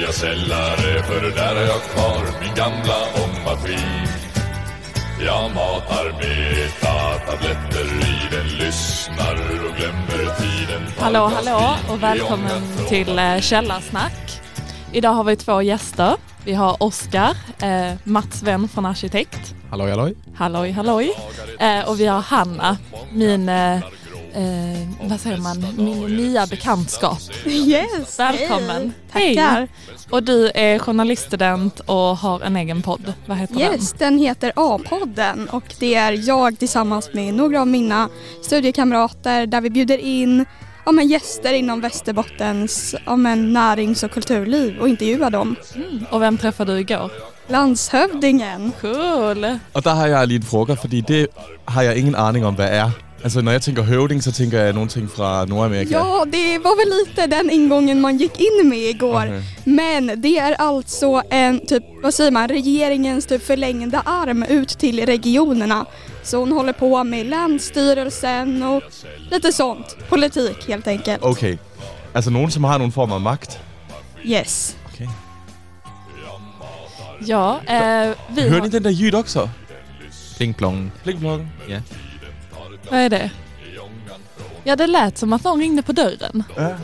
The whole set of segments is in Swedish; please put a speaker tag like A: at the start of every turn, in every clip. A: källare för där har jag kvar min gamla ångmaskin. Jag matar beta-tabletter i den, lyssnar och glömmer tiden.
B: Hallå, hallå och
A: Det är
B: välkommen
A: ångat
B: till eh, Källarsnack. Idag har vi två gäster. Vi har Oskar, eh, Mats vän från Arkitekt.
C: Halloj halloj.
B: Halloj, halloj. Eh, och vi har Hanna, min, eh, eh, vad säger man, min nya bekantskap.
D: Yes!
B: Välkommen.
D: Hej. Tackar!
B: Och du är journaliststudent och har en egen podd. Vad heter
D: Yes, den heter A-podden och det är jag tillsammans med några av mina studiekamrater där vi bjuder in ja, men gäster inom Västerbottens ja, men närings och kulturliv och intervjuar dem.
B: den? Och vem träffade du igår?
D: Landshövdingen!
B: Cool!
C: Og der har jeg lige en fråga, fordi det har jeg ingen aning om, hvad er. Altså, når jeg tænker høvding, så tænker jeg nogle ting fra Nordamerika.
D: Ja, det var väl lite den ingången man gick in med igår.
C: Mhm.
D: Men det är alltså en typ, vad säger man, regeringens typ förlängda arm ut till regionerna. Så hon håller på med länsstyrelsen och lite sånt. Politik helt enkelt.
C: Okay. Altså, nogen, som har nogle form af magt.
D: Yes.
C: Okay.
B: Ja, eh, vi
C: Hører ni
B: har,
C: den der jyt også?
E: Pling plong.
C: Blink blokken.
B: vad är det? Ja, det lät som att någon ringde på dörren.
C: Ja.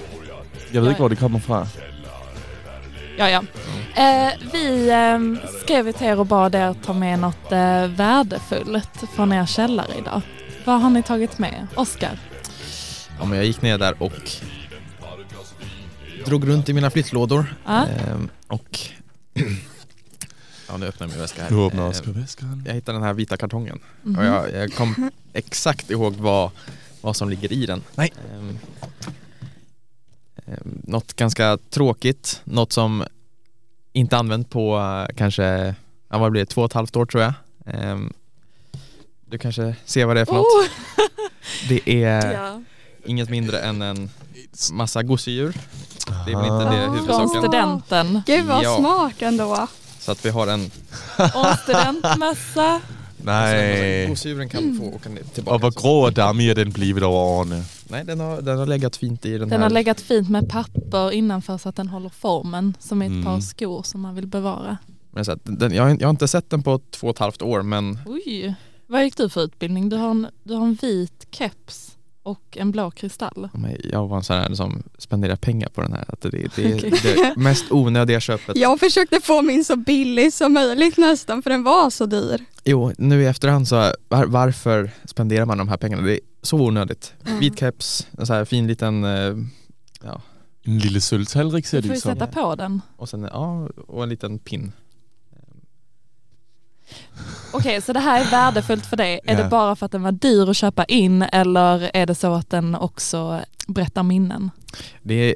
C: Jeg ved ikke, hvor det kommer fra.
B: Ja, ja. Eh, vi eh, skrev till er och bad er ta med något eh, värdefullt från er källare idag. Vad har ni tagit med? Oskar?
E: Ja, men jag gick ner där och drog runt i mina flyttlådor.
B: Ja.
E: Ehm, och... ja, nu öppnar jag min väska här.
C: Du åbner også
E: Ehm,
C: på væskeren.
E: jag hittade den här vita kartongen.
B: Mhm.
E: Och jag, jag kom exakt ihåg vad, vad som ligger i den.
C: Nej.
E: Ehm, ehm, något ganska tråkigt, något som inte använt på eh, kanske, ja, vad blir det, två och ett halvt år tror jag. Ehm, du kanske ser vad det är för något.
B: Oh!
E: Det är
B: ja.
E: inget mindre än en massa gosedjur. Det är väl inte
C: Ah.
D: Ah.
E: det
B: Från
D: Saken.
E: huvudsaken.
B: studenten.
D: Gud vad
E: Ja.
D: smart ändå.
E: Så att vi har en,
B: Och en studentmössa.
E: Alltså,
C: Nej.
E: gosedjuren kan få åka ner tillbaka.
C: Og hvor grå og dammig er den blevet over årene.
E: Nej, den har, den har legat fint i den,
B: Den
E: här.
B: har legat fint med papper innanför så att den håller formen som är ett
C: Mm.
B: par skor som man vill bevara.
E: Men så att den, jag, har, jag har inte sett den på två och ett halvt år men
B: Oj, vad gick du för utbildning? Du har en, du har en vit keps och en blå kristall.
E: men jag var en sån här som spenderar pengar på den här. Att det, det, det är
B: Okej.
E: det mest onödiga köpet.
D: Jag försökte få min så billig som möjligt nästan för den var så dyr.
E: Jo, nu i efterhand så var, varför spenderar man de här pengarna? Det är så onödigt. Vit keps, en så här fin liten eh,
C: En lille sølvtalrik ser
B: Du
C: det
B: får
C: ud
B: ju
C: som.
B: sätta på den.
E: och sen ja, och en liten pin.
B: Okej, så det här är värdefullt för dig. Är
C: Ja.
B: det bara för att den var dyr att köpa in eller är det så att den också berättar minnen?
E: Det är,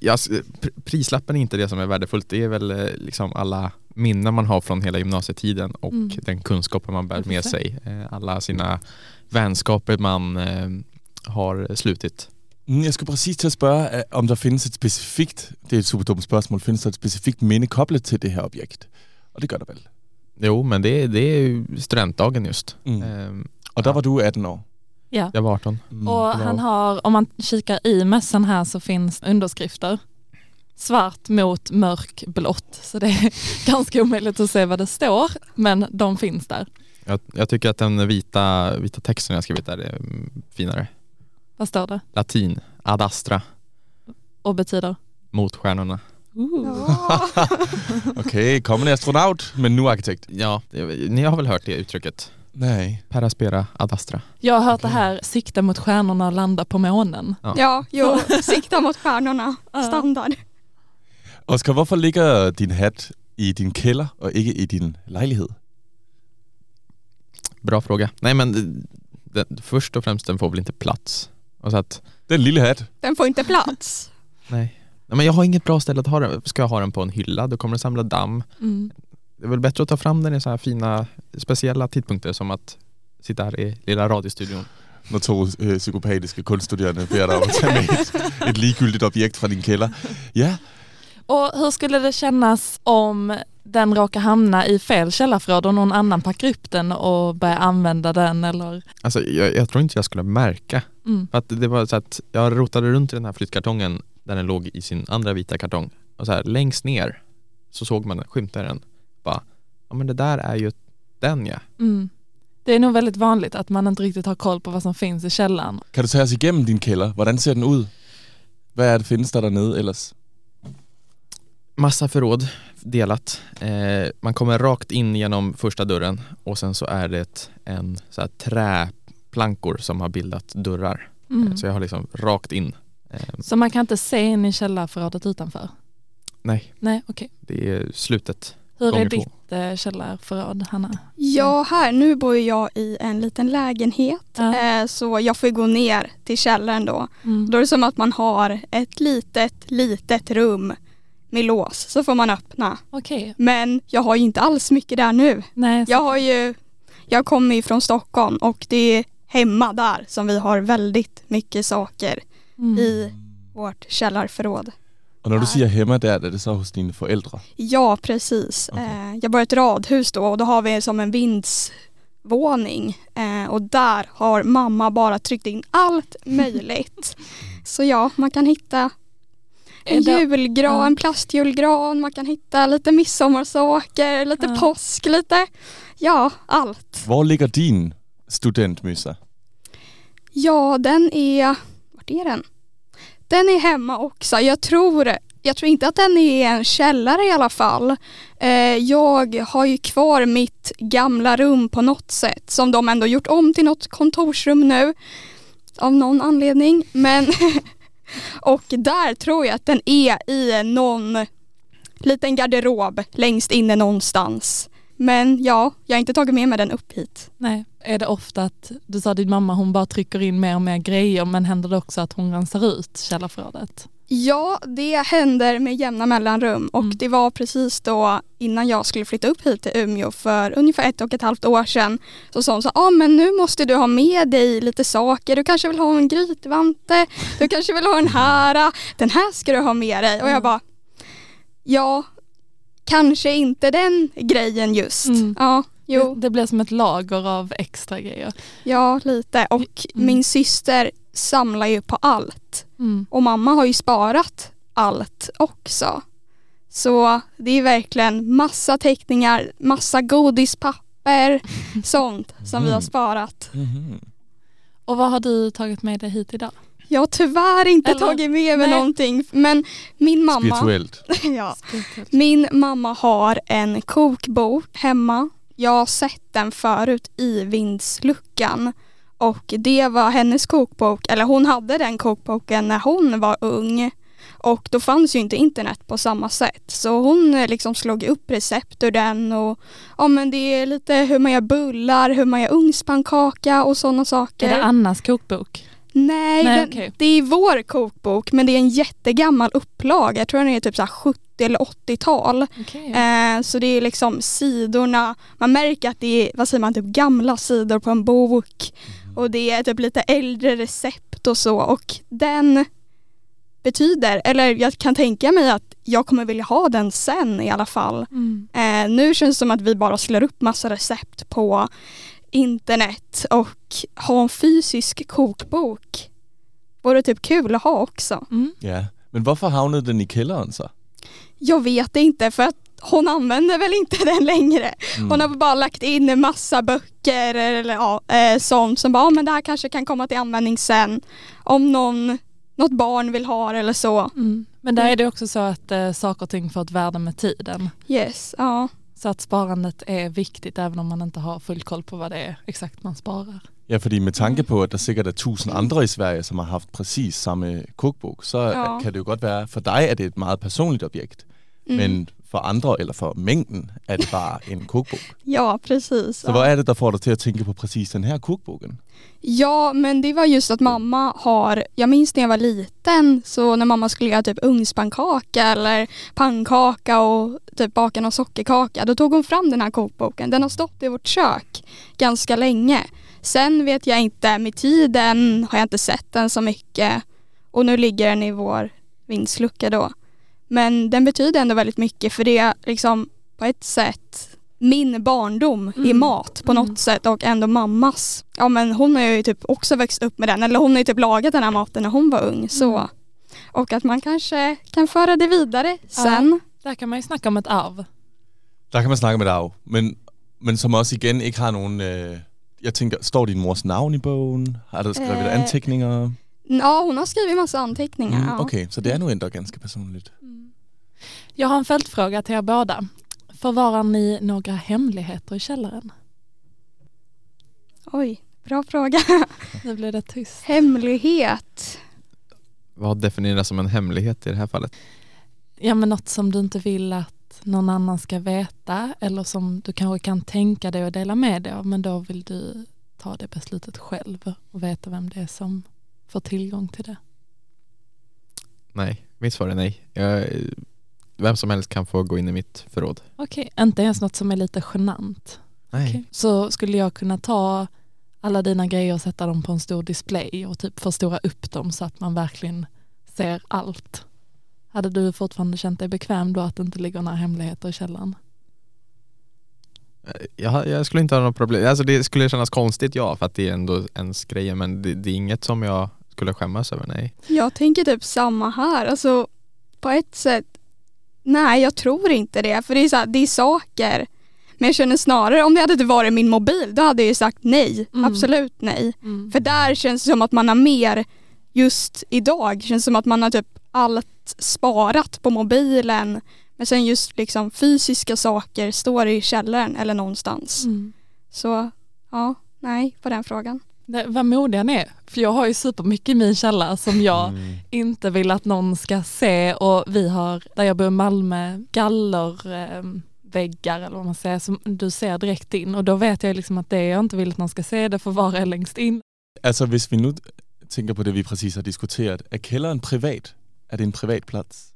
E: jag, pr- prislappen är inte det som är värdefullt. Det är väl eh, liksom alla minnen man har från hela gymnasietiden och
B: Mm.
E: den kunskapen man bär
B: Ja,
E: med
B: precis.
E: sig. Eh, Alla sina vänskaper man eh, har slutit.
C: Mm, Jeg skulle præcis til at spørge, øh, om der findes et specifikt, det er et super dumt spørgsmål, findes der et specifikt minde koblet til det her objekt? Og det gør der vel.
E: Jo, men det, det är ju studentdagen just.
C: Mm.
E: Eh,
C: Og der var du 18 år.
B: Ja.
E: Jag var 18.
C: Mm.
B: Och han har, om man kikar i mössan här så finns underskrifter. Svart mot mörkblått. Så det är ganska omöjligt att se vad det står, men de finns där.
E: Jag, jag tycker att den vita, vita texten jag skrivit där är mm, finare.
B: Vad står det?
E: Latin, ad astra,
B: Och betyder?
E: mot stjärnorna.
D: Ja.
C: Okay, kommende astronaut, men nu arkitekt.
E: Ja, det, ni har väl hört det uttrycket?
C: Nej.
E: Per aspera ad astra.
B: Jag har hört det här, sikta mot stjärnorna och landa på månen.
D: ja, jo, sikta mot stjärnorna.
B: Ja.
D: Standard.
C: Oskar, hvorfor ligger din hat i din kælder og ikke i din lejlighed?
E: Bra fråga. Nej men eh, den, först och främst den får väl inte plats. Och så att,
C: Den lille hat.
D: Den får inte plats.
E: nej. nej men jag har inget bra ställe att ha den. Ska jag ha den på en hylla då kommer den samla damm.
B: Mm.
E: Det är väl bättre att ta fram den i så här fina speciella tidpunkter som att sitta här i lilla radiostudion.
C: Når to øh, psykopatiske kunststuderende beder dig om at tage med et, et ligegyldigt objekt fra din kælder. Ja,
B: Och hur skulle det kännas om den råkar hamna i fel källarförråd och någon annan packar upp den och börjar använda den eller?
E: Alltså jag, jag tror inte jag skulle märka.
B: Mm.
E: För att det var så att jag rotade runt i den här flyttkartongen där den låg i sin andra vita kartong. Och så här längst ner så såg man den, skymtade den. Bara, ja men det där är ju den ja.
B: Mm. Det är nog väldigt vanligt att man inte riktigt har koll på vad som finns i källaren.
C: Kan du tage os igennem din kælder? Hvordan ser den ud? Hvad er det, findes der dernede ellers?
E: Massa förråd delat. Eh, man kommer rakt in genom första dörren och sen så är det en så här träplankor som har bildat dörrar.
B: Mm.
E: Eh, Så jag har liksom rakt in. Eh,
B: Så man kan inte se in i källarförrådet utanför?
E: nej,
B: Nej, okej.
E: det är slutet.
B: Hur
E: Gånger
B: är
E: två.
B: ditt eh, källarförråd, Hanna? Mm.
D: Ja, här. Nu bor ju jag i en liten lägenhet
B: Ja.
D: eh, så jag får ju gå ner till källaren då.
B: Mm.
D: Då är det som att man har ett litet, litet rum med lås så får man öppna.
B: Okej,
D: Men jag har ju inte alls mycket där nu.
B: nej. så-
D: Jag har ju, jag kommer ju från Stockholm och det är hemma där som vi har väldigt mycket saker
B: Mm.
D: i vårt källarförråd.
C: Og når du
D: Nej.
C: siger Hemma der, er det så hos dine forældre?
D: Ja, precis.
C: Okej.
D: Eh, jag bor i ett radhus då och då har vi som en vindsvåning eh, och där har mamma bara tryckt in allt möjligt. Så ja, man kan hitta en
B: Är det-
D: julgran,
B: ja.
D: en plastjulgran, man kan hitta lite midsommarsaker, lite
B: Ja.
D: påsk, lite, ja allt.
C: Hvor ligger din studentmyssa?
D: Ja, den är, vart är den? Den är hemma också. Jag tror, jag tror inte att den är i en källare i alla fall. Eh, jag har ju kvar mitt gamla rum på något sätt som de ändå gjort om till något kontorsrum nu av någon anledning. Men och där tror jag att den är i någon liten garderob längst inne någonstans. Men ja, jag har inte tagit med mig den upp hit.
B: nej. Är det ofta att, du sa din mamma hon bara trycker in mer och mer grejer men händer det också att hon rensar ut källarförrådet?
D: Ja, det händer med jämna mellanrum och
B: Mm.
D: det var precis då innan jag skulle flytta upp hit till Umeå för ungefär ett och ett halvt år sedan så sa hon så ja ah, men nu måste du ha med dig lite saker, du kanske vill ha en grytvante, du kanske vill ha den här, den här ska du ha med dig och jag
B: Mm.
D: bara ja, kanske inte den grejen just.
B: Mm.
D: Ja, jo.
B: Det, det blir som ett lager av extra grejer.
D: Ja, lite. Och
B: Mm.
D: min syster samlar ju på allt.
B: Mm.
D: Och mamma har ju sparat allt också. Så det är verkligen massa teckningar, massa godispapper, sånt som vi har
C: Mm.
D: sparat.
C: Mm-hmm.
B: Och vad har du tagit med dig hit idag?
D: Jag har tyvärr inte
B: Eller-
D: tagit med mig
B: nej.
D: någonting men min mamma,
C: Spirituelt.
D: ja, min mamma har en kokbok hemma. Jag har sett den förut i vindsluckan och det var hennes kokbok, eller hon hade den kokboken när hon var ung och då fanns ju inte internet på samma sätt så hon eh, liksom slog upp recept ur den och ja men det är lite hur man gör bullar, hur man gör ugnspannkaka och sådana saker.
B: Är det Annas kokbok?
D: Nej,
B: Nej,
D: den,
B: okej.
D: det är vår kokbok men det är en jättegammal upplaga. Jag tror den är typ så här 70 eller 80-tal.
B: Okej.
D: Eh, så det är liksom sidorna, man märker att det är, vad säger man, typ gamla sidor på en bok och det är typ lite äldre recept och så och den betyder, eller jag kan tänka mig att jag kommer vilja ha den sen i alla fall.
B: Mm.
D: Eh, nu känns det som att vi bara slår upp massa recept på internet och ha en fysisk kokbok vore typ kul att ha också.
B: Mm.
C: Ja. Men hvorfor havnede den i kælderen så?
D: Jag vet inte för att hon använder väl inte den längre.
C: Mm.
D: Hon har bara lagt in en massa böcker eller ja, eh, sånt som bara, "Ah, men det här kanske kan komma till användning sen om någon, något barn vill ha det eller så.
B: Mm. Men där är det också så att eh, saker och ting får ett värde med tiden.
D: Yes, ja.
B: Så att sparandet är viktigt även om man inte har full koll på vad det är exakt man sparar.
C: Ja, fordi med tanke på, at der sikkert er tusind andre i Sverige, som har haft præcis samme cookbook, så
D: Ja.
C: kan det jo godt være, for dig er det et meget personligt objekt, mm. men for andre, eller for mængden, er det bare en cookbook.
D: Ja, precis.
C: Så
D: Ja.
C: hvor er det, der får dig til at tänka på præcis den her cookbooken?
D: Ja, men det var just att mamma har, jag minns när jag var liten, så när mamma skulle göra typ ugnspannkaka eller pannkaka och typ baka någon sockerkaka, då tog hon fram den här kokboken. Den har stått i vårt kök ganska länge. Sen vet jag inte, med tiden har jag inte sett den så mycket och nu ligger den i vår vindslucka då. Men den betyder ändå väldigt mycket för det är liksom på ett sätt min barndom i
B: Mm.
D: mat på
B: Mm.
D: något sätt och ändå mammas. Ja men hon har ju typ också växt upp med den eller hon har ju typ lagat
B: Mm.
D: den här maten när hon var ung så. Och att man kanske kan föra det vidare sen.
B: Där kan man ju snacka om ett arv.
C: Der kan man snakke med et arv, men, men som også igen ikke har nogen... Øh, jeg tænker, står din mors navn i bogen? Har du skrevet
D: Øh,
C: anteckninger?
D: Ja, hon har skrivit massa anteckningar.
C: Mm,
D: ja.
C: okay, så det er nu endda ganske personligt.
B: Mm. Jag har en följdfråga till er båda. Förvarar ni några hemligheter i källaren?
D: Oj, bra fråga.
B: Nu blev det tyst.
D: Hemlighet.
E: Vad definieras som en hemlighet i det här fallet?
B: Ja men något som du inte vill att någon annan ska veta eller som du kanske kan tänka dig att dela med dig av men då vill du ta det beslutet själv och veta vem det är som får tillgång till det.
E: Nej, mitt svar är nej. Jag, vem som helst kan få gå in i mitt förråd.
B: Okej, inte ens något som är lite genant.
E: Nej.
B: Så skulle jag kunna ta alla dina grejer och sätta dem på en stor display och typ förstora upp dem så att man verkligen ser allt. Hade du fortfarande känt dig bekväm då att det inte ligger några hemligheter i källaren?
E: Eh, Jag, jag skulle inte ha något problem, alltså det skulle kännas konstigt ja för att det är ändå ens grejer men det, det är inget som jag skulle skämmas över, nej.
D: Jag tänker typ samma här. Alltså på ett sätt. Nej, jag tror inte det. För det är, så här, det är saker. Men jag känner snarare om det hade varit min mobil då hade jag ju sagt nej.
B: Mm.
D: Absolut nej. För där känns det som att man har mer just idag. Känns som att man har typ allt sparat på mobilen. Men sen just liksom fysiska saker står i källaren eller någonstans.
B: Mm.
D: Så ja, nej på den frågan.
B: Det, vad modiga ni är, för jag har ju supermycket i min källare som jag inte vill att någon ska se och vi har, där jag bor i Malmö, gallerväggar eller vad man säger som du ser direkt in och då vet jag liksom att det jag inte vill att någon ska se det får vara längst in.
C: Altså, hvis vi nu tænker på det, vi præcis har diskuteret, er kælderen privat? Er det en privat plads?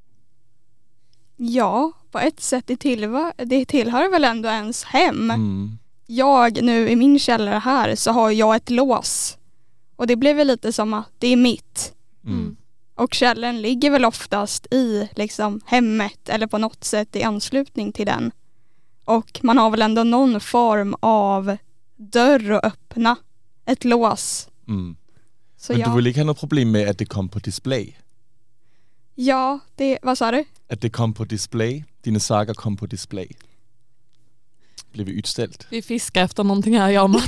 D: Ja, på ett sätt det, tillva- det tillhör väl ändå ens hem.
C: Mm.
D: Jag nu i min källare här så har jag ett lås. Och det blir väl lite som att det är mitt.
C: Mm.
D: Och källaren ligger väl oftast i liksom, hemmet eller på något sätt i anslutning till den. Och man har väl ändå någon form av dörr att öppna, ett lås.
C: Mm.
D: Så
C: Men
D: ja,
C: du vil ikke have noget problem med, at det kom på display?
D: ja det, vad sa du?
C: At det kom på display? Dine saker kom på display? Blev vi utställt?
B: Vi fiskar efter någonting här jag och Mats.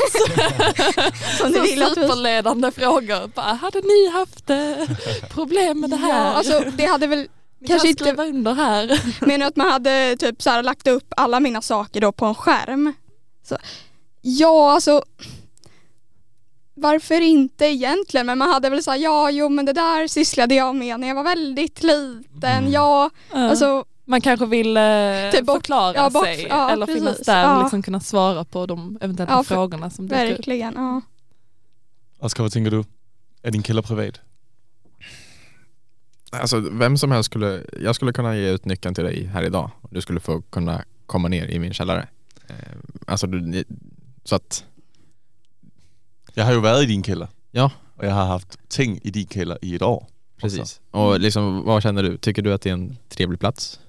D: Som du
B: Så
D: vill att vi...
B: superledande frågor. Bara, hade ni haft eh, problem med det
D: Ja,
B: här?
D: alltså, det hade väl,
B: Ni
D: kanske
B: kan
D: inte-
B: skriva under här.
D: menar du att man hade typ så här, lagt upp alla mina saker då på en skärm? Så, ja, alltså varför inte egentligen? Men man hade väl så här, ja, jo men det där sysslade jag med när jag var väldigt liten.
C: Mm.
D: Ja,
B: Ja.
D: alltså
B: Man kanske vill eh,
D: Typ bort-
B: förklara
D: ja, bort-
B: sig
D: ja,
B: eller finnas
D: precis.
B: där
D: Ja.
B: och liksom kunna svara på de eventuella
D: Ja, för-
B: frågorna som dyker upp.
D: verkligen. Ja.
C: Oskar, hvad tænker du? Er din kælder privat?
E: Alltså vem som helst skulle, jag skulle kunna ge ut nyckeln till dig här idag och du skulle få kunna komma ner i min källare. Eh, Alltså du, så att,
C: Jeg har jo været i din kælder.
E: Ja.
C: Og jag har haft ting i din kælder i et år.
E: precis. Och liksom vad känner du, tycker du att det är en trevlig plats?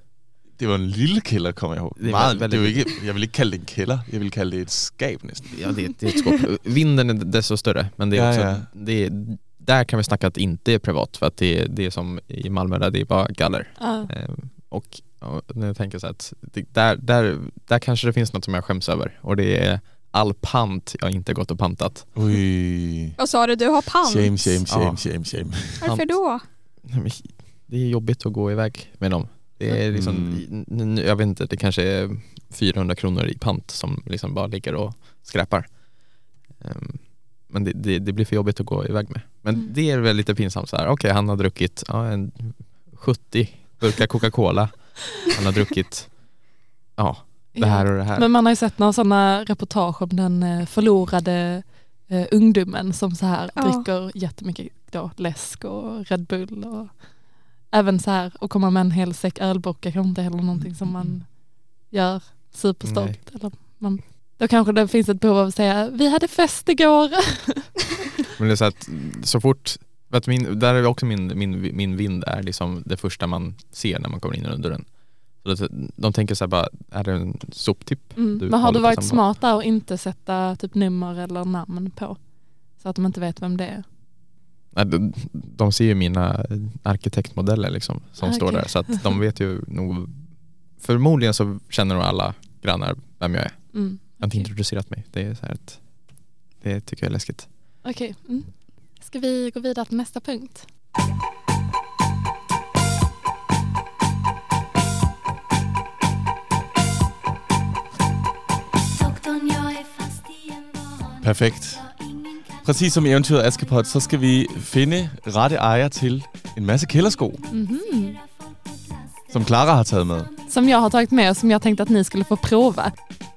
C: Det var en lille kælder, kommer jeg ihåg.
E: Det er
C: Meget, det
E: veldig
C: er jo ikke, jeg vil ikke kalde det en kælder. Jeg vil kalde det et skab næsten.
E: Ja det, det är ett skåp. Vinden är desto större men det är
C: Ja,
E: också,
C: ja.
E: Det är, där kan vi snacka att det inte är privat för att det, är- det är som i Malmö där det är bara galler.
B: Ja.
E: Ehm, Och ja, nu tänker jag så att det, där, där, där kanske det finns något som jag skäms över och det är all pant jag inte gått och pantat.
C: Ui.
D: Vad sa du, du har pant?
C: Shame, shame, shame,
E: Ja.
C: shame, shame.
D: Varför då?
E: Nej, men Det är jobbigt att gå iväg med dem. Det är liksom,
C: Mm.
E: n- n- jag vet inte, det kanske är 400 kronor i pant som liksom bara ligger och skräpar. Ehm, Men det, det, det blir för jobbigt att gå iväg med. Men
B: Mm.
E: det är väl lite pinsamt så här. okej han har druckit ja, en 70 burkar Coca-Cola, han har druckit ja, det här
B: Ja.
E: och det här.
B: Men man har ju sett några sådana reportage om den eh, förlorade eh, ungdomen som så här
D: Ja.
B: dricker jättemycket då, läsk och Red Bull och även så här och komma med en hel säck ölburkar kanske inte heller någonting som
E: Mm.
B: man gör superstolt. Eller man, då kanske det finns ett behov av att säga vi hade fest igår.
E: Men det är så att så fort, för att min, där är också min, min, min vind är liksom det första man ser när man kommer in genom dörren. Så det, de tänker så här bara, är det en soptipp?
B: Mm.
E: Du
B: Men har
E: håller
B: du
E: på
B: varit
E: samma-
B: smart där och inte sätta typ nummer eller namn på? Så att de inte vet vem det är.
E: Nej, de, de ser ju mina arkitektmodeller liksom som
B: Ah,
E: står
B: okej.
E: där så att de vet ju nog förmodligen så känner nog alla grannar vem jag är.
B: Mm.
E: Jag har inte
B: Okej.
E: introducerat mig. Det är så här att det tycker jag är läskigt.
B: Okej. Mm. Ska vi gå vidare till nästa punkt?
F: Doktorn, jag är fast i en van.
C: Perfekt.
F: Jag ingen kan
C: Præcis som i eventyret Askepot, så skal vi finde rette ejer til en masse kældersko,
B: Mhm.
F: placera folk på plast.
C: som Clara har taget med.
B: Som jag har tagit med som jag tänkte att ni skulle få prova.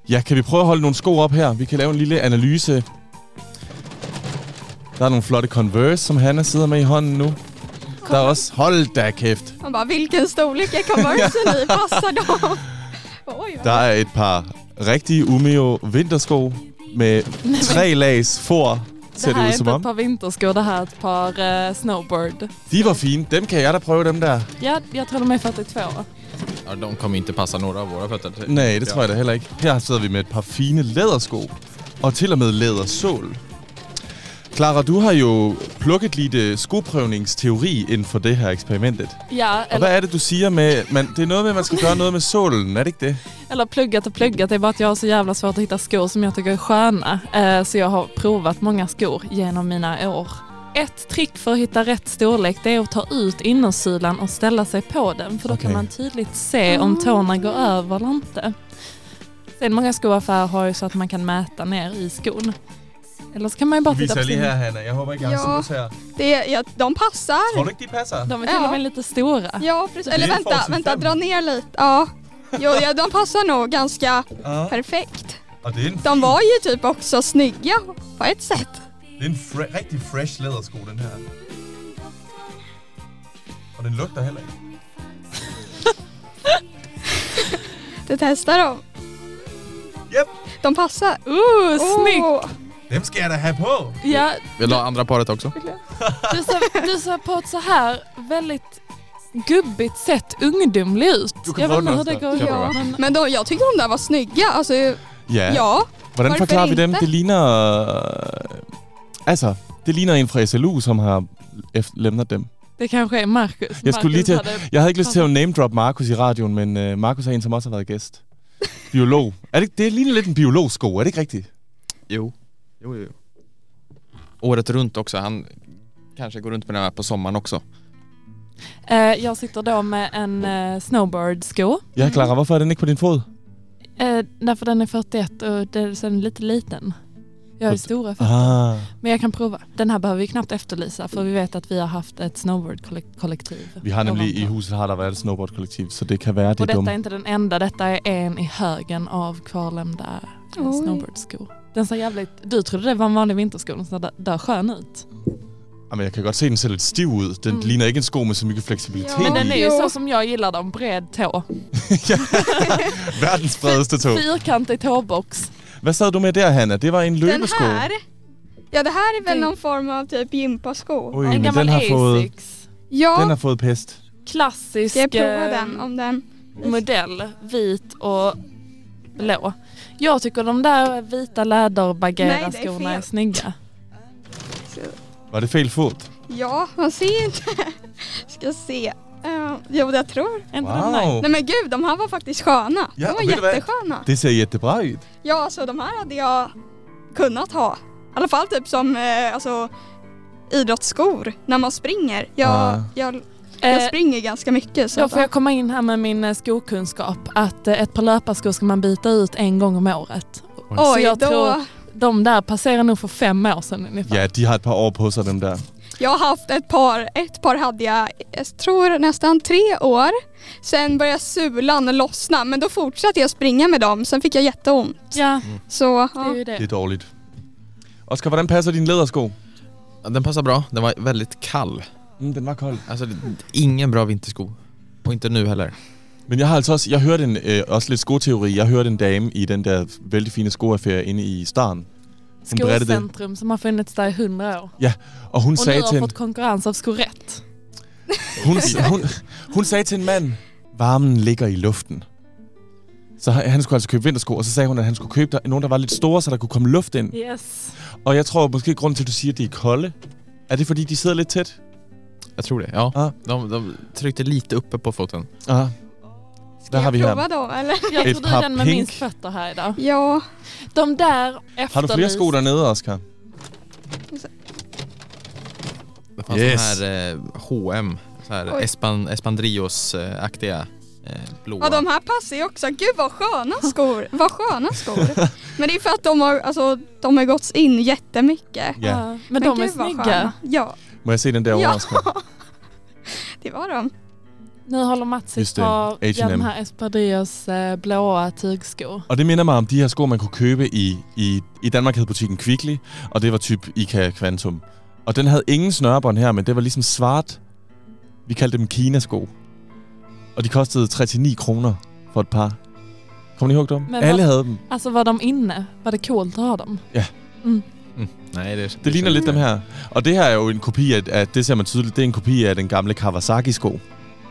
C: Ja, kan vi prøve at holde nogle sko op her? Vi kan lave en lille analyse. Der er nogle flotte Converse, som Hanna sidder med i hånden nu. Der er også... Hold da kæft!
D: Man bara, vilken storlek är Converse i? Passar dem? Oj, vad
C: Der er et par rigtige Umeo vintersko med tre lags for, ser
B: det
C: det
B: här
C: ud
B: är
C: som
B: inte ett
C: om.
B: par vinterskor, det här är ett par eh, snowboard.
C: De var fine. Dem kan jeg da prøve, dem der.
B: Ja, jag tror de är 42.
E: Ja, de kommer inte passa några av våra fötter. typ.
C: Nej, det tror jeg da heller ikke. Her sidder vi med et par fine lædersko, og til og med lædersål. Clara, du har jo plukket lidt øh, skoprøvningsteori inden for det her eksperimentet.
B: Ja,
C: Og
B: eller,
C: hvad er det, du siger med... Man, det er noget med, at man skal gøre noget med sålen, er det ikke det?
B: eller pluggat och pluggat, det är bara att jag har så jävla svårt att hitta skor som jag tycker är sköna. Eh, så jag har provat många skor genom mina år. Ett trick för att hitta rätt storlek det är att ta ut innersulan och ställa sig på den för då
C: Okej.
B: kan man tydligt se om tårna går över eller inte. Sen många skoaffärer har ju så att man kan mäta ner i skon. Eller så kan man ju bara titta på sin...
C: Hanna. Jag hoppas ikke,
D: jeg har Ja. snus
C: her.
D: Det är, ja, de passar.
C: du ikke, de passer?
B: De är till och med lite stora.
D: Ja, precis. Eller
C: Det är
D: vänta,
C: facit
D: vänta,
C: fem.
D: dra ner lite. Ja. Jo, ja, de passar nog ganska
C: Ja.
D: perfekt.
C: Ah, Og det er en,
D: De var ju typ också snygga på ett sätt.
C: det er en fre- rigtig fresh lædersko, den her. Og den lugter heller ikke.
D: Det testar de.
C: Japp.
D: De passar.
B: Oh, snyggt!
D: Åh,
C: Dem skal jeg da have på!
B: Ja,
E: Vill du ha andra paret också?
B: Du ser, du ser på ett så här väldigt gubbigt sätt ungdomlig ut.
C: Du kan
B: Jag vet
C: dra
B: inte hur
C: den
B: det
C: nästa.
B: går
E: Kan jag
B: ihop. Men,
D: Men de, jag tycker de där var snygga. Alltså,
C: Ja.
D: ja.
C: Hvordan
D: Hvorfor
C: forklarer vi dem?
D: ikke?
C: Det ligner... øh, Altså, det ligner en fra SLU, som har eft- lämnat dem.
B: det kanske är Marcus.
C: Jag skulle
B: Marcus
C: lite-
B: hade-
C: Jeg havde ikke lyst til at name drop Markus i radioen, men øh, Markus er en, som også har været gæst. Biolog. Er det, ikke- det ligner lidt en biologsko, er det ikke rigtigt?
E: Jo. jo, jo, jo. Året runt också. Han kanske går runt med den här på sommaren också.
B: Eh, jag sitter då med en eh, snowboard-sko.
C: Ja, Clara, hvorfor er den ikke på din fod?
B: Eh, därför den är 41 och det, så är den lite liten. Jag är
C: Fyrtio-
B: stora för.
C: Ah.
B: Men jag kan prova. Den här behöver vi knappt efterlysa för vi vet att vi har haft ett snowboard-kollektiv.
C: Vi har nemlig i
B: ovanpå.
C: huset har der været et snowboardkollektiv, så det kan være, det
B: Och
C: er dumt.
B: detta är inte den enda, detta är en i högen av kvarlämda eh,
D: Oj.
B: snowboardskor. Den ser jävligt... Du trodde det var en vanlig vintersko, den ser där- där skön ut.
C: Jamen, jeg kan godt se, den ser lidt stiv ud. Den
B: Mm.
C: ligner ikke en sko med så mye fleksibilitet
D: Ja.
B: Men den är ju
D: Jo.
B: så som jag gillar dem, bred tå.
C: i. Verdens bredeste tog.
B: Fyrkantig tåbox.
C: Hvad sad du med der, Hanna? Det var en
D: Den
C: løbesko.
D: här. Ja, det här är väl
B: Det-
D: någon form av typ gympasko.
C: Oj,
B: En
C: men
B: gammal
C: den har fået,
B: Asics.
C: den har
D: Ja,
C: fået pest.
B: Klassisk
D: ska jag prova
B: eh,
D: den om den.
B: modell, vit och blå. Jag tycker de där vita
D: Nej, det är
B: läderbaggeraskorna är
D: fel.
B: snygga.
C: Var det fel fot?
D: Ja, man ser inte. Ska se. Uh, jo, jag tror.
B: Är inte de nice?
D: Nej men gud, de här var faktiskt sköna.
C: Ja,
D: de var
C: och vet du vad?
D: jättesköna.
C: Det ser jättebra ut.
D: Ja, alltså de här hade jag kunnat ha. I alla fall typ som eh, alltså, idrottsskor när man springer. Jag,
C: Ah.
D: jag, jag
B: Eh,
D: springer ganska mycket. Så
B: Då
D: att-
B: får jag komma in här med min eh, skokunskap att eh, ett par löparskor ska man byta ut en gång om året. så
D: Oj,
B: jag
D: då,
B: tror- De där passerar nog för fem år sedan ungefär.
C: Ja, de har et par år på sig, dem der.
D: jag har haft ett par, ett par hade jag, jag tror nästan tre år. Sen började sulan lossna men då fortsatte jag springa med dem. Sen fick jag jätteont.
B: Ja,
C: Mm.
D: Så
B: det är
D: ja.
B: ju det.
C: Det er dårligt. Oscar, hvordan passer din lædersko?
E: Ja, Den passar bra. Den var väldigt kall.
C: Mm, den var kold.
E: Alltså, det- ingen bra vintersko. Og ikke nu heller.
C: Men jeg har altså også, jeg hørte en, øh, også lidt skoteori, jeg hørte en dame i den der vældig fine skoaffære inde i Starn, Hon berättade det.
B: Skocentrum som har funnits där i hundra år.
C: og hun
B: Och nu
C: sagde til
B: har
C: en,
B: fått konkurrens av Skorett.
C: hun, hun, hun sagde til en mand, varmen ligger i luften. Så han han skulle altså købe vintersko, og så sagde hun, at han skulle købe der, nogen, der var lidt store, så der kunne komme luft ind.
B: Yes.
C: Og jeg tror måske, grunden til, at du siger, at de er kolde, er det fordi, de sidder lidt tæt?
E: Jag tror det. Ja.
C: Ja.
E: De, de tryckte lite uppe på foten.
C: Ja.
D: Ska
C: Där har
D: jag
C: vi
D: prova
C: här.
D: då eller?
B: Jag
C: Ett
B: tror du är den med
C: par
B: minst
C: pink.
B: fötter här idag.
D: Ja,
B: De där efterlyser...
C: Har du fler skor där nere, Oskar?
E: Det fanns
C: Yes.
E: de här eh, H&M, så här
D: Oj.
E: Espan, Espandrios-aktiga eh, blåa.
D: ja de här passar ju också. Gud vad sköna skor. Vad sköna skor. Men det är för att de har, alltså, de har gått in jättemycket.
C: Ja.
B: Ja. Men, de är
D: gud, vad
B: snygga.
D: sköna. Ja,
C: Må jag se den där
D: Ja.
C: ja. Oskar?
D: det var de.
B: Nu håller Mats ett
C: Just det,
B: par, ja,
C: H&M.
B: den här Espadrilles eh, blåa tygskor.
C: Og det minder mig om de her sko, man kunne købe i, i, i Danmark hed butikken Kvickly, og det var typ Ica Quantum. Og den havde ingen snørebånd her, men det var ligesom svart. Vi kaldte dem Kinasko. Og de kostede 3-9 kroner for et par. Kommer ni ihåg dem?
B: Men
C: Alle
B: hvad-
C: havde dem.
B: Alltså var de inne? Var det coolt att ha dem?
E: Nej, det,
C: Det ligner lidt dem her. Og det her er jo en kopi af, af, det ser man tydeligt, det er en kopi af den gamle Kawasaki-sko.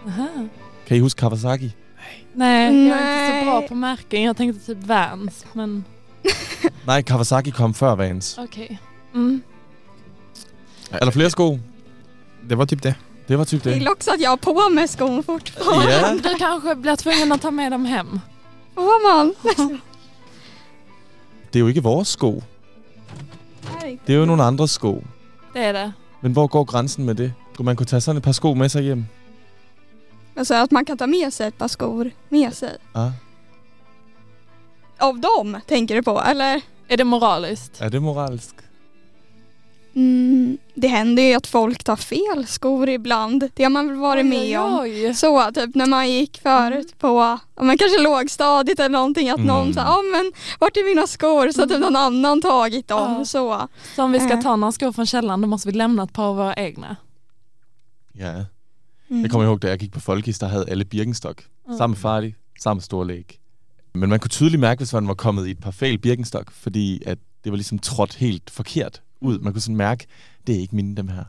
B: Aha.
C: Kan I huske Kawasaki?
B: Nej, jag är inte så
D: Nej.
B: bra på märken. Jag tänkte typ Vans, men
C: Nej, Kawasaki kom før Vans.
B: okej. Mm.
C: Er der flere sko?
E: Det var typ det.
C: Det var typ
D: Jag
C: det.
D: gillar också att jag har på mig skon fortfarande.
C: Ja.
B: Du kanske blir tvungen att ta med dem hem.
D: Får man?
C: Det er jo ikke vores sko. Det er jo nogle andres sko.
B: Det är det.
C: Men hvor går grænsen med det? Skulle man kunne tage sådan et par sko med sig hjem?
D: Alltså att man kan ta med sig ett par skor med sig.
C: Ah.
D: Av dem tänker du på eller?
B: Är det moraliskt?
C: Er det moralsk?
D: Mm, det händer ju att folk tar fel skor ibland. Det har man väl varit med om.
B: Oj, oj.
D: Så typ när man gick förut på ja, men kanske lågstadiet eller någonting att
C: Mm.
D: någon sa ja men vart är mina skor? Så typ någon annan tagit dem.
B: Ja.
D: Så.
B: Så om vi ska
D: Eh.
B: ta några skor från källaren då måste vi lämna ett par av våra egna.
C: Ja.
D: Mm.
C: Jeg kommer ihåg, da jeg gik på Folkis, der havde alle Birkenstock. Mm. Samme farlig, samme storlæg. Men man kunne tydeligt mærke, hvis man var kommet i et par fejl Birkenstock, fordi at det var ligesom trådt helt forkert ud. Man kunne sådan mærke, det er ikke mine dem her.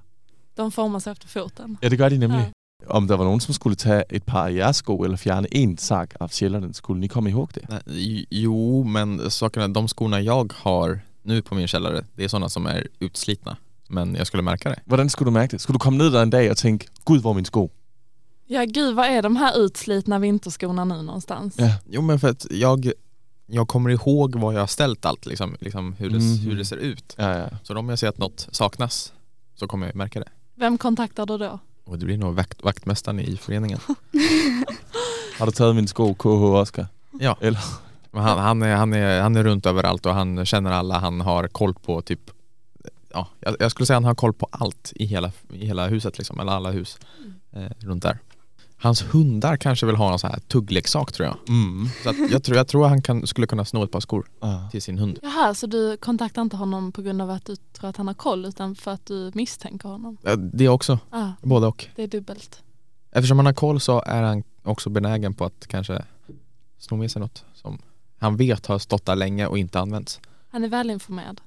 B: De formar sig efter foten.
C: Ja, det gør de nemlig. Ja. Om der var nogen, som skulle tage et par af jeres sko, eller fjerne en sak af sjælderne, skulle ni komme ihåg det?
E: Nej, Jo, men sakerna, de skorna jag har nu på min källare, det är sådana som är utslitna. Men jag skulle märka det.
C: Hvordan skulle du mærke det? Skulle du komme ned der en dag og tænke, gud, hvor er min sko?
B: Ja gud, var är de här utslitna vinterskorna nu någonstans?
C: Ja.
E: Jo, men för att jag, jag kommer ihåg var jag har ställt allt, liksom, liksom hur, det,
C: Mhm.
E: hur det ser ut.
C: Ja, ja.
E: Så om jag ser att något saknas så kommer jag märka det.
B: Vem kontaktar du då?
E: Och det blir nog vakt, vaktmästaren i föreningen.
C: Har du taget min sko, KH Oscar?
E: Men han, han, är, han, är, han är runt överallt och han känner alla, han har koll på typ Ja, jag, jag skulle säga han har koll på allt i hela, i hela huset liksom, eller alla hus
C: Mm.
E: eh, runt där. Hans hundar kanske vill ha någon sån här tuggleksak tror jag.
C: Mm.
E: Så att jag, tror, jag tror han kan, skulle kunna sno ett par skor
C: Ah.
E: till sin hund.
B: Jaha, så du kontaktar inte honom på grund av att du tror att han har koll utan för att du misstänker honom?
E: Eh, Det också,
B: Ah,
E: både och.
B: det är dubbelt.
E: Eftersom han har koll så är han också benägen på att kanske sno med sig något som han vet har stått där länge och inte använts.
B: Han är välinformerad.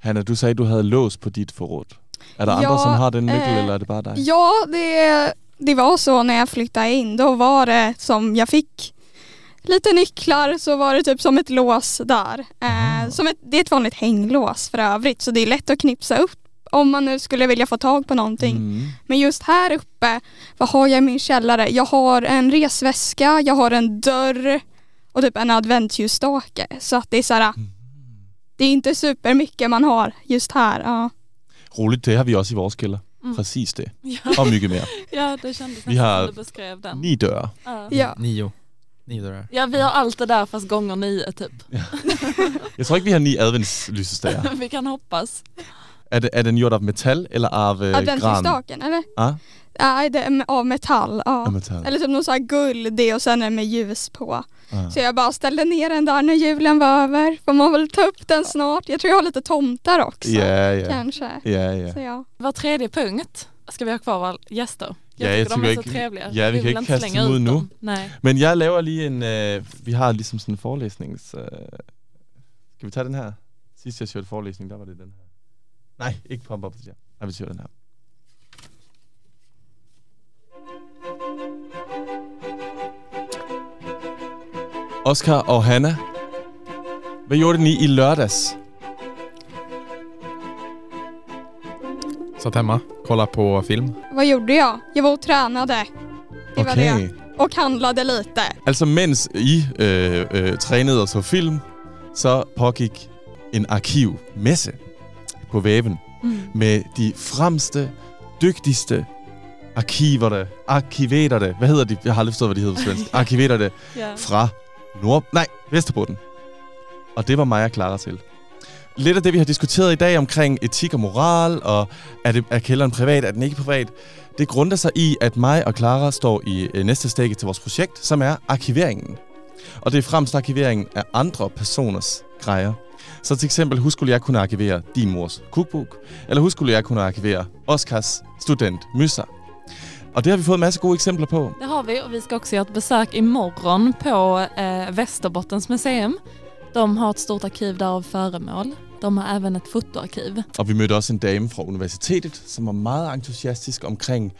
C: Hanna, du sagde, du havde lås på dit forråd. Er der
D: Ja,
C: andre, som har den nyckel,
D: øh,
C: eller er det bare dig?
D: Ja, det, det var så när jag flyttade in. Då var det som jag fick lite nycklar så var det typ som ett lås där. Eh, som ett, det är ett vanligt hänglås för övrigt så det är lätt att knipsa upp om man nu skulle vilja få tag på någonting.
C: Mm.
D: Men just här uppe, vad har jag i min källare? Jag har en resväska, jag har en dörr och typ en adventsljusstake. Så att det är så här, det är inte supermycket man har just här. Ja.
C: Roligt, det har vi også i vores kælder.
B: Mm.
C: Præcis det.
B: Ja,
C: Og mygge mere.
B: ja det kändes
C: Vi har-
B: nästan som du beskrev den.
C: Ni døre.
B: Ja.
D: Ja.
E: Nio. Nio dörrar.
B: ja, vi har allt det där fast gånger nio typ.
C: Jeg tror ikke, vi har ni adventslysestager.
B: Vi kan hoppas.
C: er, det, er den gjort af metal, eller af øh, gran?
D: Adventsljusstaken, eller?
C: Ja.
D: Nej, det är med- av metall. Ja.
C: Af metal.
D: Eller typ någon sån här guld och sen är det med ljus på.
C: Ja.
D: Så jag bara ställde ner den där när julen var över. Får man väl ta upp den snart? Jag tror jag har lite tomtar också.
C: Ja, ja.
D: Kanske.
C: Ja, ja.
D: Så ja.
B: Vår tredje punkt ska vi ha kvar våra gäster. Jag
C: Ja, jag
B: tycker de är
C: tycker
B: så
C: inte-
B: trevliga.
C: Ja, vi kan
B: vill
C: inte kasta
B: slänga
C: dem ut nu.
B: dem. Nej.
C: Men jeg laver lige en... Øh, vi har ligesom sådan en forelæsnings... Øh, skal vi tage den her? Sidst jeg kørte forelæsning, der var det den her. Nej, ikke pump up det der. Nej, vi kører den her. Oscar og Hanna, hvad gjorde ni i lørdags?
E: Satt hemma, kollade på film.
D: Vad gjorde jag? Jag var och tränade. Det var det.
C: det.
D: och handlade lite.
C: Altså mens I øh, øh, trænede og så film, så pågik en arkivmesse på væven
B: Mm.
C: med de fremste, dygtigste arkiverne, arkiveterne, hvad hedder de? Jeg har aldrig forstået, hvad de hedder på svensk. Arkiveterne
B: Ja.
C: fra Nord... Nej, Vesterbotten. Og det var mig og Clara til. Lidt af det, vi har diskuteret i dag omkring etik og moral, og er, det, er kælderen privat, er den ikke privat, det grunder sig i, at mig og Clara står i øh, næste steg til vores projekt, som er arkiveringen. Og det er fremst arkiveringen af andre personers grejer. Så til eksempel, husk skulle jeg kunne arkivere din mors cookbook, eller husk skulle jeg kunne arkivere Oscars student Myssa. Og det har vi fået en masse gode eksempler på.
B: Det har vi och vi ska också göra ett besök imorgon på eh, Västerbottens museum. De har ett stort arkiv där av föremål. De har även ett fotoarkiv.
C: Og vi mødte også en dame fra universitetet, som var meget entusiastisk omkring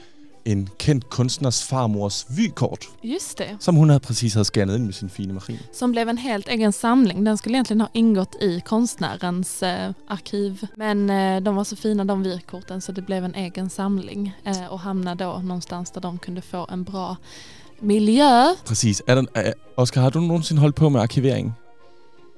C: en kendt kunstners farmors vykort,
B: Just det.
C: som hun havde præcis havde scannet ind med sin fine maskin.
B: Som blev en helt egen samling. Den skulle egentligen ha ingått i konstnärens eh, arkiv. Men eh, de var så fina de vykorten så det blev en egen samling. Eh, och hamnade då någonstans där de kunde få en bra miljö.
C: Præcis. Er den, er, Oscar, har du nogensinde holdt på med arkivering?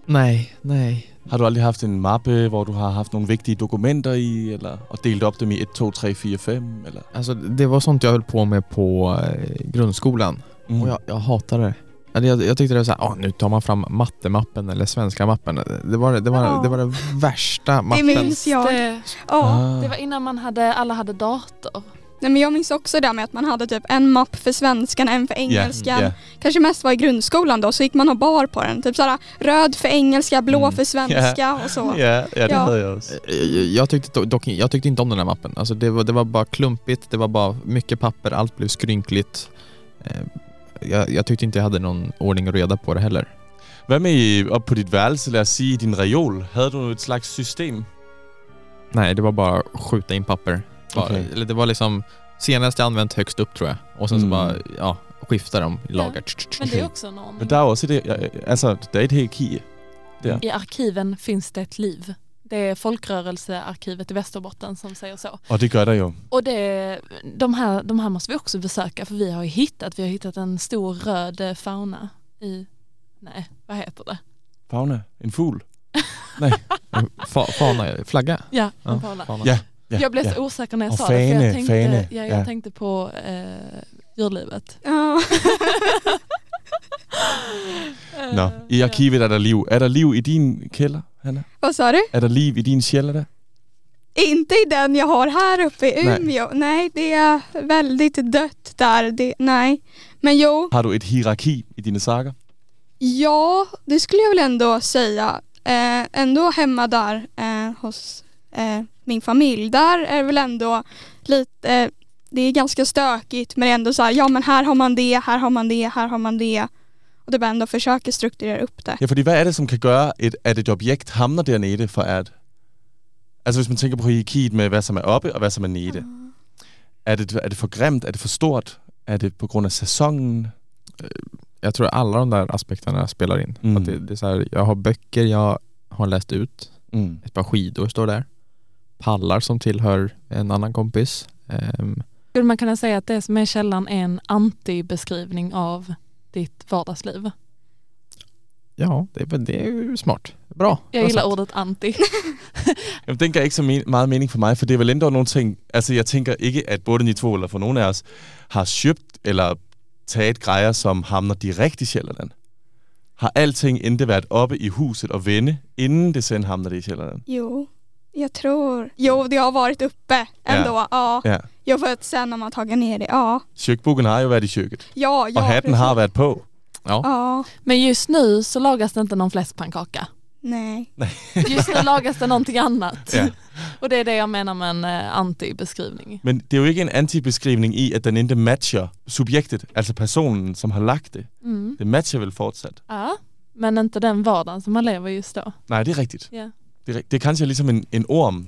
E: Nej, nej.
C: Har du aldrig haft en mappe, hvor du har haft nogle vigtige dokumenter i, eller, og delt op dem i 1, 2, 3, 4, 5? Eller?
E: Alltså det var sånt jeg höll på med på eh, grundskolan.
C: Mm.
E: Och jag, jag hatade det. Eller Jag, jag tyckte det var såhär, "Åh, nu tar man fram mattemappen eller svenska mappen. Det var det, var,
D: Ja.
E: det, var det värsta
D: Det
E: mappen.
D: minns jag.
B: Det,
C: Ah.
D: Ja.
B: det var innan man hade, alla hade dator.
D: Nej, men jag minns också det här med att man hade typ en mapp för svenskan, en för engelskan.
C: Ja, ja.
D: Kanske mest var i grundskolan då, så gick man och bar på den. Typ såhär röd för engelska, blå
C: Mm.
D: för svenska och så.
C: Ja, ja, det
D: Ja.
C: havde jeg også.
E: Jag, Eh, jag, tyckte, do- dock, jag tyckte inte om den här mappen. Alltså det, var, det var bara klumpigt, det var bara mycket papper, allt blev skrynkligt. Eh, Jag, jeg tyckte inte jag hade någon ordning och reda på det heller.
C: Hvad med i- op på dit værelse, lad os sige, i din reol? Havde du et slags
B: Mm.
C: system?
E: Nej, det var bara skjuta in papper. Bara,
C: Okej.
E: eller det var liksom senast jag använt högst upp tror jag. Och sen
C: Mm.
E: så bara, ja, skifta dem i lager.
B: Men det är också en ordning.
C: Men der er jo også et, altså, der er et hierarki.
B: I arkiven finns det ett liv. Det är Folkrörelsearkivet i Västerbotten som säger så.
C: Og det gør der jo.
B: Och det, de, här, de här måste vi också besöka för vi har ju hittat, vi har hittat en stor röd eh, fauna i, nej vad heter det?
C: Fauna, en fugl.
E: Mm. Fa, fana, flagga.
B: Ja, en
E: Ja,
B: fauna.
E: fana.
C: Ja.
B: Jag blev så osäker när jag
C: Och
B: sa det för
C: fäne,
B: jag tänkte,
C: fäne,
B: ja,
C: ja.
B: jag tänkte på eh, djurlivet.
D: Ja.
C: Nå,
B: Eh,
C: i arkivet er der liv. Er der liv i din kælder, Hanna?
D: Vad sa du?
C: Er der liv i din kælder der?
D: Inte i den jag har här uppe i
C: Nej.
D: Umeå. Nej, det är väldigt dött där. Det, nej. Men jo,
C: Har du et hierarki i dine saker?
D: ja, det skulle jag väl ändå säga. Eh, ändå hemma där eh, hos eh, min familj. Där är det väl ändå lite, eh, det är ganska stökigt men det är ändå så här, ja men här har man det, här har man det, här har man det. Och det bara ändå försöker strukturera upp det.
C: Ja, fordi hvad er det, som kan gøre, et, at et objekt hamner dernede for at... Altså hvis man tænker på hierarkiet med, hvad som er oppe og hvad som er nede.
D: Mm.
C: Er, det, er det for grimt? Er det for stort? Er det på grund af sæsonen?
E: Jag tror alla de där aspekterna spelar in.
C: Mm.
E: Att det, det är så här, jag har böcker jag har läst ut.
C: Mm.
E: Ett par skidor står där. Pallar som tillhör en annan kompis. Ehm,
B: Skulle man kunna säga att det som är källan är en antibeskrivning av ditt vardagsliv?
E: ja, det, är väl- det är ju smart. Bra.
B: Jag
E: Bra
B: gillar
E: sagt.
B: ordet anti.
C: Jamen, den gør ikke så men- meget mening for mig, for det er vel endda nogle ting... Altså, jeg tænker ikke, at både de to eller for nogen af os har købt eller taget grejer, som hamner direkte i Sjælland. Har alting endda været oppe i huset og vende, inden det sen hamner det i Sjælland?
D: Jo, jag tror. Jo, det har varit uppe ändå. Ja. ja.
C: Ja.
D: Jo, för att sen har man tagit ner det. Ja,
C: Kjøkkenboken har jo været i køkkenet,
D: ja, ja
C: og hatten
D: precis.
C: har været på.
E: Ja.
D: Ja,
B: Men just nu så lagas det inte någon fläskpannkaka.
D: nej.
B: Just nu lagas det någonting annat.
C: Ja.
B: Och det är det jag menar med en eh, antibeskrivning.
C: Men det er jo ikke en antibeskrivning i, at den ikke matcher subjektet, altså personen, som har lagt det.
B: Mm.
C: Det matcher vel fortsat.
B: Ja, men inte den vardagen som man lever just då.
C: Nej, det er rigtigt.
B: Ja.
C: Det er, ri- det er kanskje ligesom en, en orm,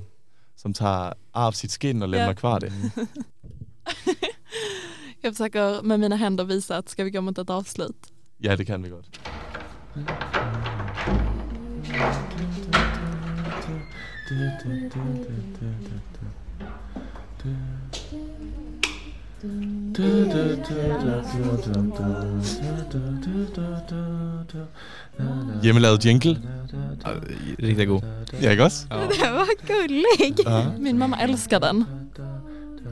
C: som tager af sit skin og læmner
B: Ja.
C: kvar det.
B: Jag försöker med mina händer visa att ska vi gå mot ett avslut.
C: Ja, det kan vi godt. Hjemmelavet jingle. Øh,
E: Ja, Riktigt god.
C: Ja, ikke også?
D: Den var gullig.
C: Ja.
B: Min mamma älskar den.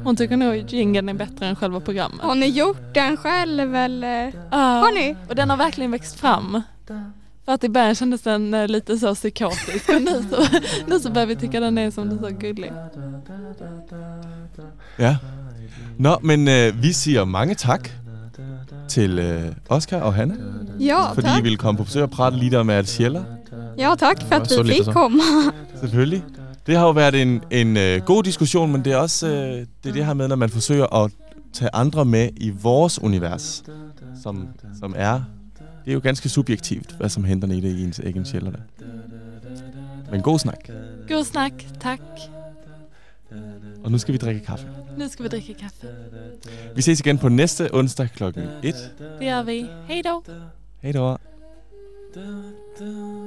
B: Hon tycker nog jingeln är bättre än själva programmet.
D: Har ni gjort den själv eller?
B: Ja.
D: Har ni?
B: Och den har verkligen växt fram. För att i början kändes den eh, lite så psykotisk och nu så, nu så börjar vi tycka den är som du sa gullig.
C: ja. Nå, men øh, vi siger mange tak til øh, Oscar og Hanna,
D: Ja
C: fordi I
D: tack.
C: ville komme på besøg og prate lidt om Erd Scheller.
D: Ja tack för att
E: Så
D: vi
E: lite så.
D: fick komma.
C: Selvfølgelig. Det har jo været en, en øh, god diskussion, men det er også øh, det, er det her med, når man forsøger at tage andre med i vores univers, som, som er... Det er jo ganske subjektivt, hvad som henter i det i ens egen sjældne. Men god snak.
B: God snack, tack.
C: Og nu skal vi drikke kaffe.
B: Nu ska vi dricka kaffe.
C: Vi ses igen på næste onsdag kl. 1.
B: Det gör vi. Hej då!
C: Hej då.
A: Dun,